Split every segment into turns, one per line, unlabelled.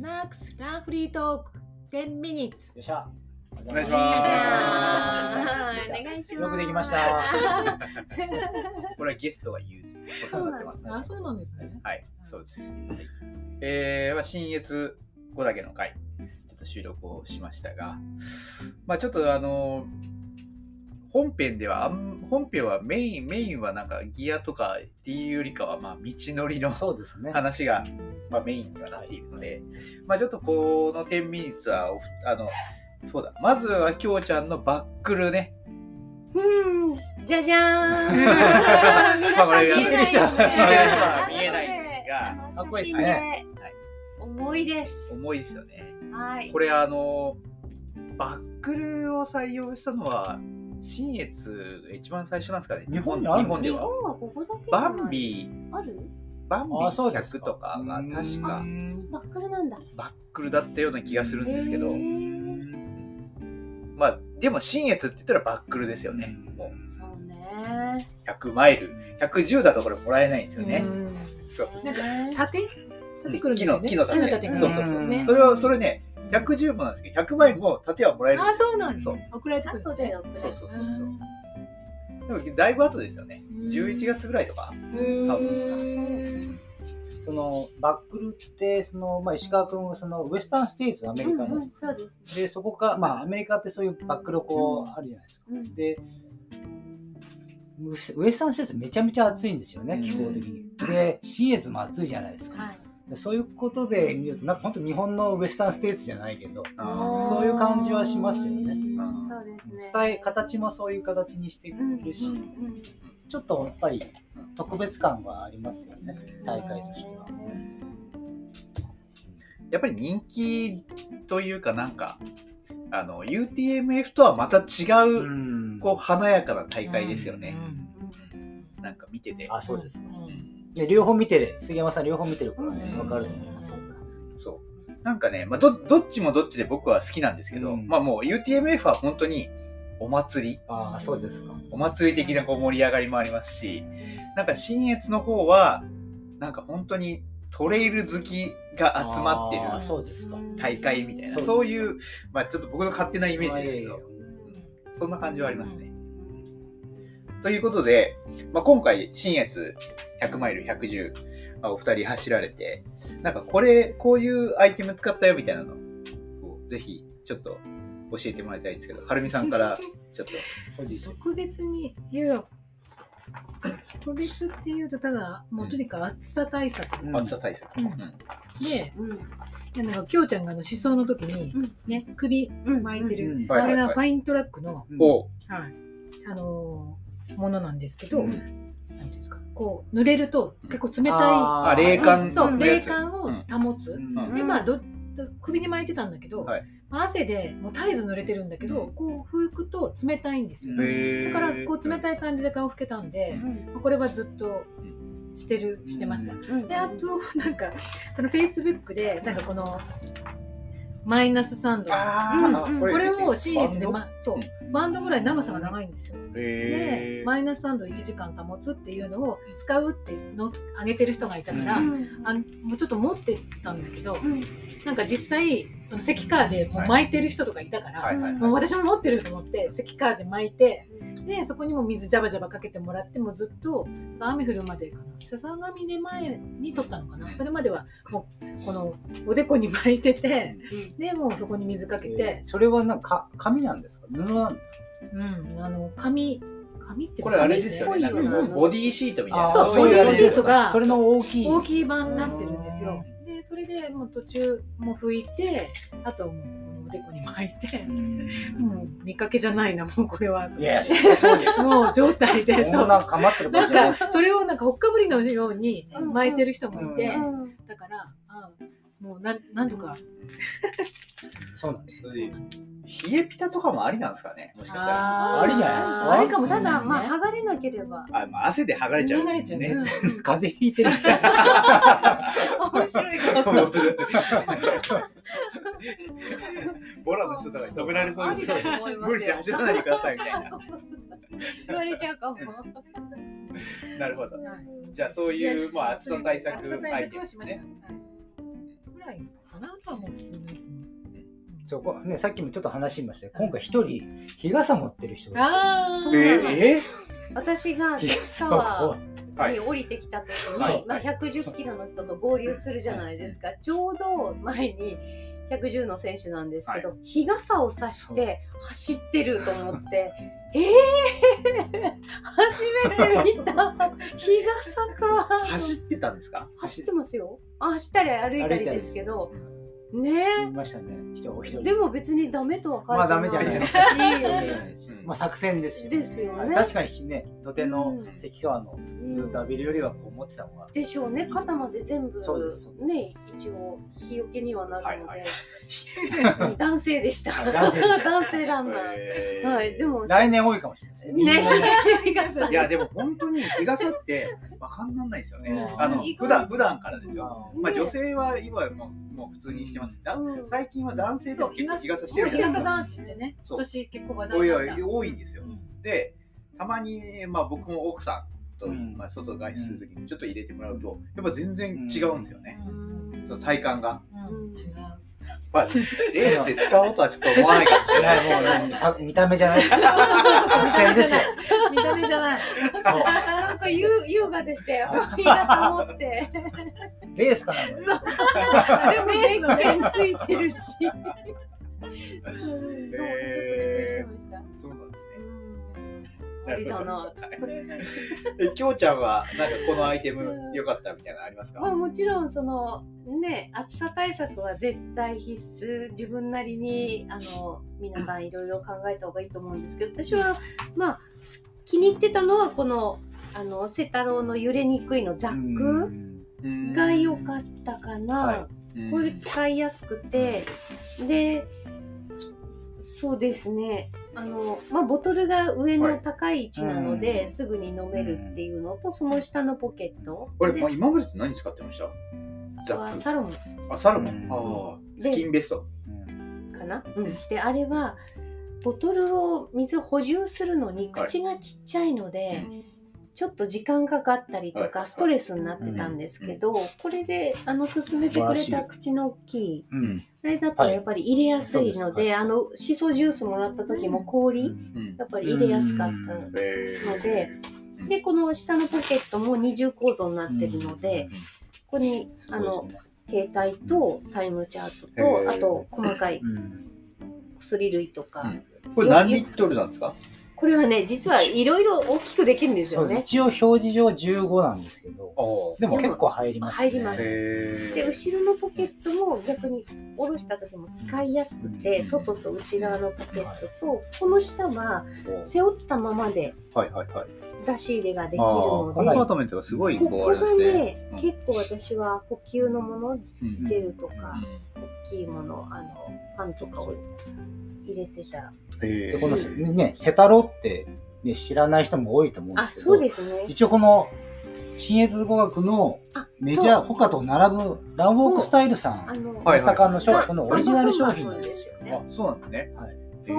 マークスランフリートーク10ミニッツ
よっしゃ。
お願いします
よっしゃ
お願いします
よくできました。
これはゲストが言うこと
そう
にな
な
って
ん
ま
ですすねあそうなんですね
はい、そうです。はい、えーまあ、新越後だけの回、ちょっと収録をしましたが、まあ、ちょっとあの、本編では、あん本編はメイン、メインはなんかギアとかっていうよりかは、まあ、道のりの
そうですね。
話が、まあ、メインにはなっているので、まあ、ちょっとこの10ミニッツはおふ、あの、そうだ、まずはきょうちゃんのバックルね。
うんじゃじゃーん皆
まあこ
さん
れ
見え
聞い
ないですね
てる人は
見えないですが
あの
かっこいい
写
ですね
真で
はい
重いです
重いですよね。
はい
これあのバックルを採用したのは新越が一番最初なんですかね
日本にある
日本で
日
は
本はここだけじゃ
バ
ない
ンビ
ある
バンビ
あそうです
100
か
とかが確
あ
か
そうバックルなんだ
バックルだったような気がするんですけど、
へー
まあでも新越って言ったらバックルですよねも
そうね
う100マイル110だとこれもらえないんですよね、そう
なんか
縦縦くるんです
木
よ
の
ね。
木の盾
縦くる
そうそうそう、
ね
それはそれね110もなんですけど100マイルも盾はもらえるんで
あ、そうなんです。
そう
送られてくるんで
後
すね
で。送られ
す
て
そうそうそうそうでもだいぶ後ですよね11月ぐらいとか多分
あそう
そのバックルってそのまあ石川君はそのウエスタンステイツアメリカ
うんう
の
ん、そうですね
でそこがまあアメリカってそういうバックルこうあるじゃないですか。
うん
でウエスタンステイツめちゃめちゃ暑いんですよね気候的に。で新越も暑いじゃないですか。
はい
でそういうことで見るとなんか本当日本のウエスタンステイツじゃないけど
あ
そういう感じはしますよね
うんそうですね
伝え形もそういう形にしてくるし。
うんうんうん
ちょっとやっぱり特別感がありますよね大会としては。
やっぱり人気というかなんか、あの、UTMF とはまた違う、こう、華やかな大会ですよね。なんか見てて。
あそうですね
うん
で両方見てる杉山さん両方見てるからね
うん
わかると思いますよ。
そう。なんかね、まあ、ど、どっちもどっちで僕は好きなんですけど、
うん
まあもう UTMF は本当にお祭り、
ああそうですか。
お祭り的なこう盛り上がりもありますし、なんか新越の方は、なんか本当にトレイル好きが集まってる
あーそうですか。
大会みたいな、
そうです
そういう、まあちょっと僕の勝手なイメージですけど、そんな感じはありますね。ということで、まあ、今回、新越100マイル、110、まあ、お二人走られて、なんかこれ、こういうアイテム使ったよみたいなのを、ぜひ、ちょっと教えてもらいたいんですけど、はるみさんから、ちょっと。
そうですよ。
特別に言う特別っていうとただもうとにかく暑さ対策
暑さ対策。
うん
う
で、
うん
いやなんかきょうちゃんがあの思想の時に
うん
ね首
うん
巻いてる、
うん
はい
あ
はい
れ
はい
がファイントラックの、
ん、お
はいあのーものなんですけど、
う
なんてい
ん
うんですかこう濡れると結構冷た
あ
あ、
ー
冷
い
感
そう
のや
冷
つ
感を保つ、
うん
でまあど首に巻いてたんだけど、
はい
まあ汗でもう絶えず濡れてるんだけど、
う
こう拭くと冷たいんですよ、
うん
へー
だからこう冷たい感じで顔拭けたんで、まあこれはずっとしてるしてました、
うん
であと なんかそのフェイスブックでなんかこのマイナス3度
あ
うんうん
こ
あ、
れを新越で、
バン
ま、そうバンドぐらい長さが長いんですよ
ド
で
へー
マイナス3度1時間保つっていうのを使うっての上げてる人がいたから、
うん
あもうちょっと持ってたんだけど、
うん
なんか実際その関カーでもう巻いてる人とかいたから、
はいはい
もう
はい。
私も持ってると思って関カーで巻いてでそこにも水ジャバジャバかけてもらってもうずっと雨降るまでかな笹上で前に撮ったのかなそれまではもうこのおでこに巻いててでもうそこに水かけ
で
て、
それはなんか紙なんですか布なんですか。
うん、あの紙紙っていう
こ
か
れあれですよね。なん
紙ですね
かボディーシートみたいな。
そう
い
ボ
や
デ
つ
ィシートが
それの大きい。
大きい版になってるんですよ。でそれでもう途中もう拭いてあとはもうこのおでこに巻いて
う。ん
もう見かけじゃないなもうこれはと
いやいやそそうです。
もう状態で
そ
そうん
なかまってる場
な
所じゃない
ん
です。
かそれをなんかほっかぶりのように
うん
巻いてる人もいて、
う
うん
だから、うんもうなんなんとか、
そうなんです。
冷えピタとかもありなんですかねもしかしたら。
あー
ありじゃないですか
ありかもしれ
た
ないで
だ
す
まあ
ね
剥がれなければ
あ、まあ、汗で剥がれちゃう、
流れちゃうね
うん
風邪ひいてる。
面白いかも
ボラの人とかに止められそう
あ
で
り
すよ
だ。と思いますよ
無理して走らないでくださいみたい
あそうそうそう言われちゃうかも
な。なるほど。じゃあそういう、まあ、暑さ対策
暑さ
アイ
対
テ
策
ム
は
で
し
す
ました
ね。
ぐらいかかなあとはもう普通のやつも。
そこ、ね、さっきもちょっと話しましたけど今回一人、日傘持ってる人がい
あ
そ
あ
うなの
え
私が
て日
サ
傘を持
ワ
って
は
ーに
い。
降りてきた時に、
はい
まあ、110キロの人と合流するじゃないですか、ちょうど前に110の選手なんですけど、日傘を差して走ってると思 って「えー、 初めて見た日傘か」
走ってたんですか
走ってますよあ走ったり歩いたりですけどね
いましたね人お一人
えでも別にダメとは書いてない
まあダメじゃない
し
うん
まあ作戦ですよ、
ですよね
確かにね土 手
う
の
ん
関川のずっと浴びるよりはこう持ってた方が、
でしょうね肩まで全部
そうですそう
ね
です
一応日よけにはなるの
はい
で、 男性でした
はい男性でした
男性ランナー、
えー
はいでも
来年多いかもしれないです
ね
みんな ね
日傘
いやでも本当に日傘ってわかんなんないですよね。
うん
あの
意外
普段普段からですよ。
あ
ね
まあ女性は今もうもう普通にしてます。だ
うん
最近は男性でも結構日傘してるじ
日
ゃない
傘
ですか。
男子ってね、
そ
今
う
年結構話
お
題
い
だ
お
っ
い
た。
多いんですよ。でたまにまあ僕も奥さんと、
うん
まあ外外出するときにちょっと入れてもらうとやっぱ全然違うんですよね。
うん
その体 感が。
うん違う。
まあレースで使おうとはちょっと思わないかもし
え
れ ない。
らいもう、ね、さ見た目じゃない作戦ですよ
見た目じゃ ない。
そう
なんか優優雅でしたよ日傘持って
レースかな
そうそうそうでも全然ついてるしそうどうちょっとびっくりしました、
そうなんですね。
ありだな。
え、きょうちゃんは、なんかこのアイテム良かったみたいなのありますか。
まあ、もちろんそのね暑さ対策は絶対必須自分なりにあの皆さんいろいろ考えた方がいいと思うんですけど私はまあす気に入ってたのはこのあの瀬太郎の揺れにくいのザックが良かったかな、
はい
うん
これ使いやすくてでそうですねあの、まあ、ボトルが上
は
の
い
高い位置なので、
うん
すぐに飲めるっていうのとその下のポケット
これ、
で
まあ、今までって何使ってました。ザ
は
ッ
サロン
ク。あ、サルモ
う
ン。
ん
ああ、
で
スキンベスト。
かな、であれはボトルを水補充するのに
はい
口がちっちゃいので、ちょっと時間かかったりと
は
か
い
ストレスになってたんですけど、これであの勧めてくれ
素晴ら
た
し
口の大きい
うん
あれだとやっぱり入れやすい
は
ので,、
いそうです
あのシソジュースもらった時も氷、やっぱり入れやすかったので、
えー
のででこの下のポケットも二重構造になってるので、ここに
すご
あ
いで
の携帯とタイムチャートと、
へー
あと細かい
すねうん
薬類とか、
うんこれ何リットルなんですか。
これはね実はいろいろ大きくできるんです
そ
よ
う
ね。
一応表示上15なんですけど
ああ。
でも結構入りますね
入ります
えー
で後ろのポケットも逆に下ろした時も使いやすく
う
て、
ん
外と内側のポケットとこの下は
お
背負ったままで
はいはいはい。
出し入れができる
ああ、コン
ので、
なり
パートメントがすごい、
こ
こ
こ
うあ
が
れですね。
ね、
うん
結構私は補給のものジ
うん
ェルとか
うん
大きいものあのパンとかを入れてた
え
で
ー
このね瀬太郎って、ね、知らない人も多いと思うんで
あ
すけど
そうですね
一応この信越語学の
あ
メジャー
そう
他と並ぶランウォークスタイルさ
あ
ん
の、
は
大
い
阪の商
が
品のオリジナル商品なん
ガンバファンマンなん
で
ですすよ
あ
ね、
そうなんですね。
そう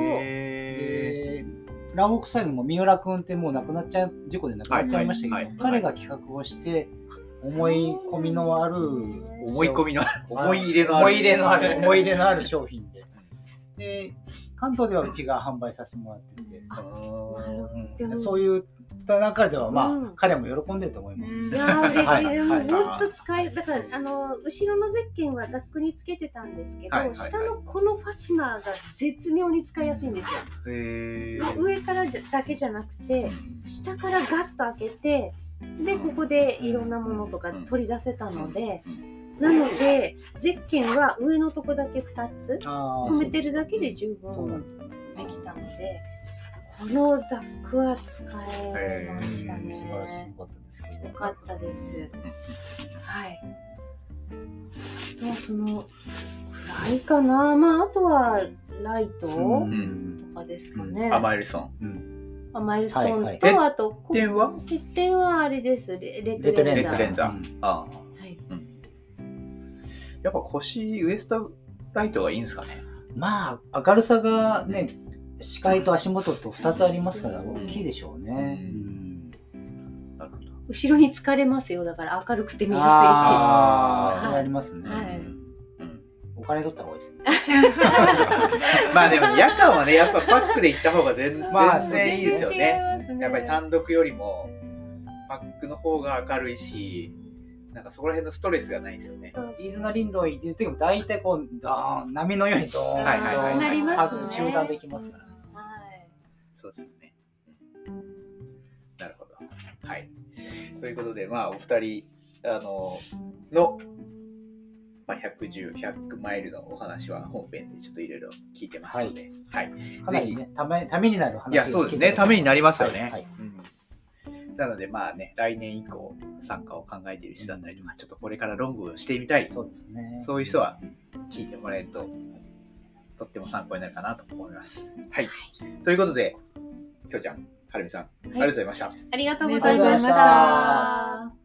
え
えーランウォークスタイルも三浦君ってもう亡くなっちゃう事故で亡くなっちゃいましたけど、
はいはいはい
彼が企画をして思い込みのある
そうなんで
ー
す
思い込みのある、思い入れのある。
思い入れのある思い入れのある商品でで関東ではうちが販売させてもらってて
あ
なるほど
うん
でも
そういった中ではまあ、
うん
彼も喜んでると思います。
うん
いやー嬉しい、
はいはいはい
でももっと使いだからあの後ろのゼッケンはザックにつけてたんですけど、
はいはいはい
下のこのファスナーが絶妙に使いやすいんですよ、
へえ
まあ上からじゃだけじゃなくて下からガッと開けてでここでいろんなものとか取り出せたので、
うん
なのでゼッケンは上のとこだけ2つ
あー
止めてるだけで十
そうなん
分
ですね。
できたのでこのザックは使えました
うん素晴らしい
ね。
良かったです。
よかったです。はい。もうそのくらいかな。まああとはライト
う
と
ん
かですかね。
あ、マイルソン。
あマイルストーンと、
はいはい
え
あとこ
欠点は
欠点はあれです。レ
レ
レ
ッ
ッ
ド
ド
レン
レン
ザ
ザ
レッ
ー。
ー。
ドレンザー
うん
ああ。
はい。
やっぱ腰、ウエストライトがいいんですかね。
まあ明るさがね、視界と足元と二つありますから大きいでしょうね。
う
うん
なるほど。
後ろに疲れますよ。だから明るくて見やすいっていう
ああ、
はい
それありますね。
はい
うん。
お金取った方がいいですね。
まあでも夜間はねやっぱパックで行った方が 全
まあ
全然いいですよね。
全然違いますね。
やっぱり単独よりもパックの方が明るいしなんかそこら辺のストレスがないですよね。
そうそう
飯綱林道行ってる時も大体こうドーン波のようにドーンと、
はいはいはいはいなり
ますね
中断できますから。
はい
そうですよね。なるほど。はい。ということで、まあ、お二人、あの、の、まあ、110、100マイルのお話は本編でちょっといろいろ聞いてますので、はい。
かなりねためためになる話
いや、そうですね。ためになりますよね。
はいはい
うんなので、まあね、来年以降、参加を考えている人だったりとか、ちょっとこれからロングをしてみたい、
そうですね。
そういう人は聞いてもらえると、とっても参考になるかなと思います。はい。ということで、きょうちゃん、はるみさん、ありがとうございました。
ありがと
あ
う
りが
ご
と
ざ
う
い
ござい
ま
ま
し
したた。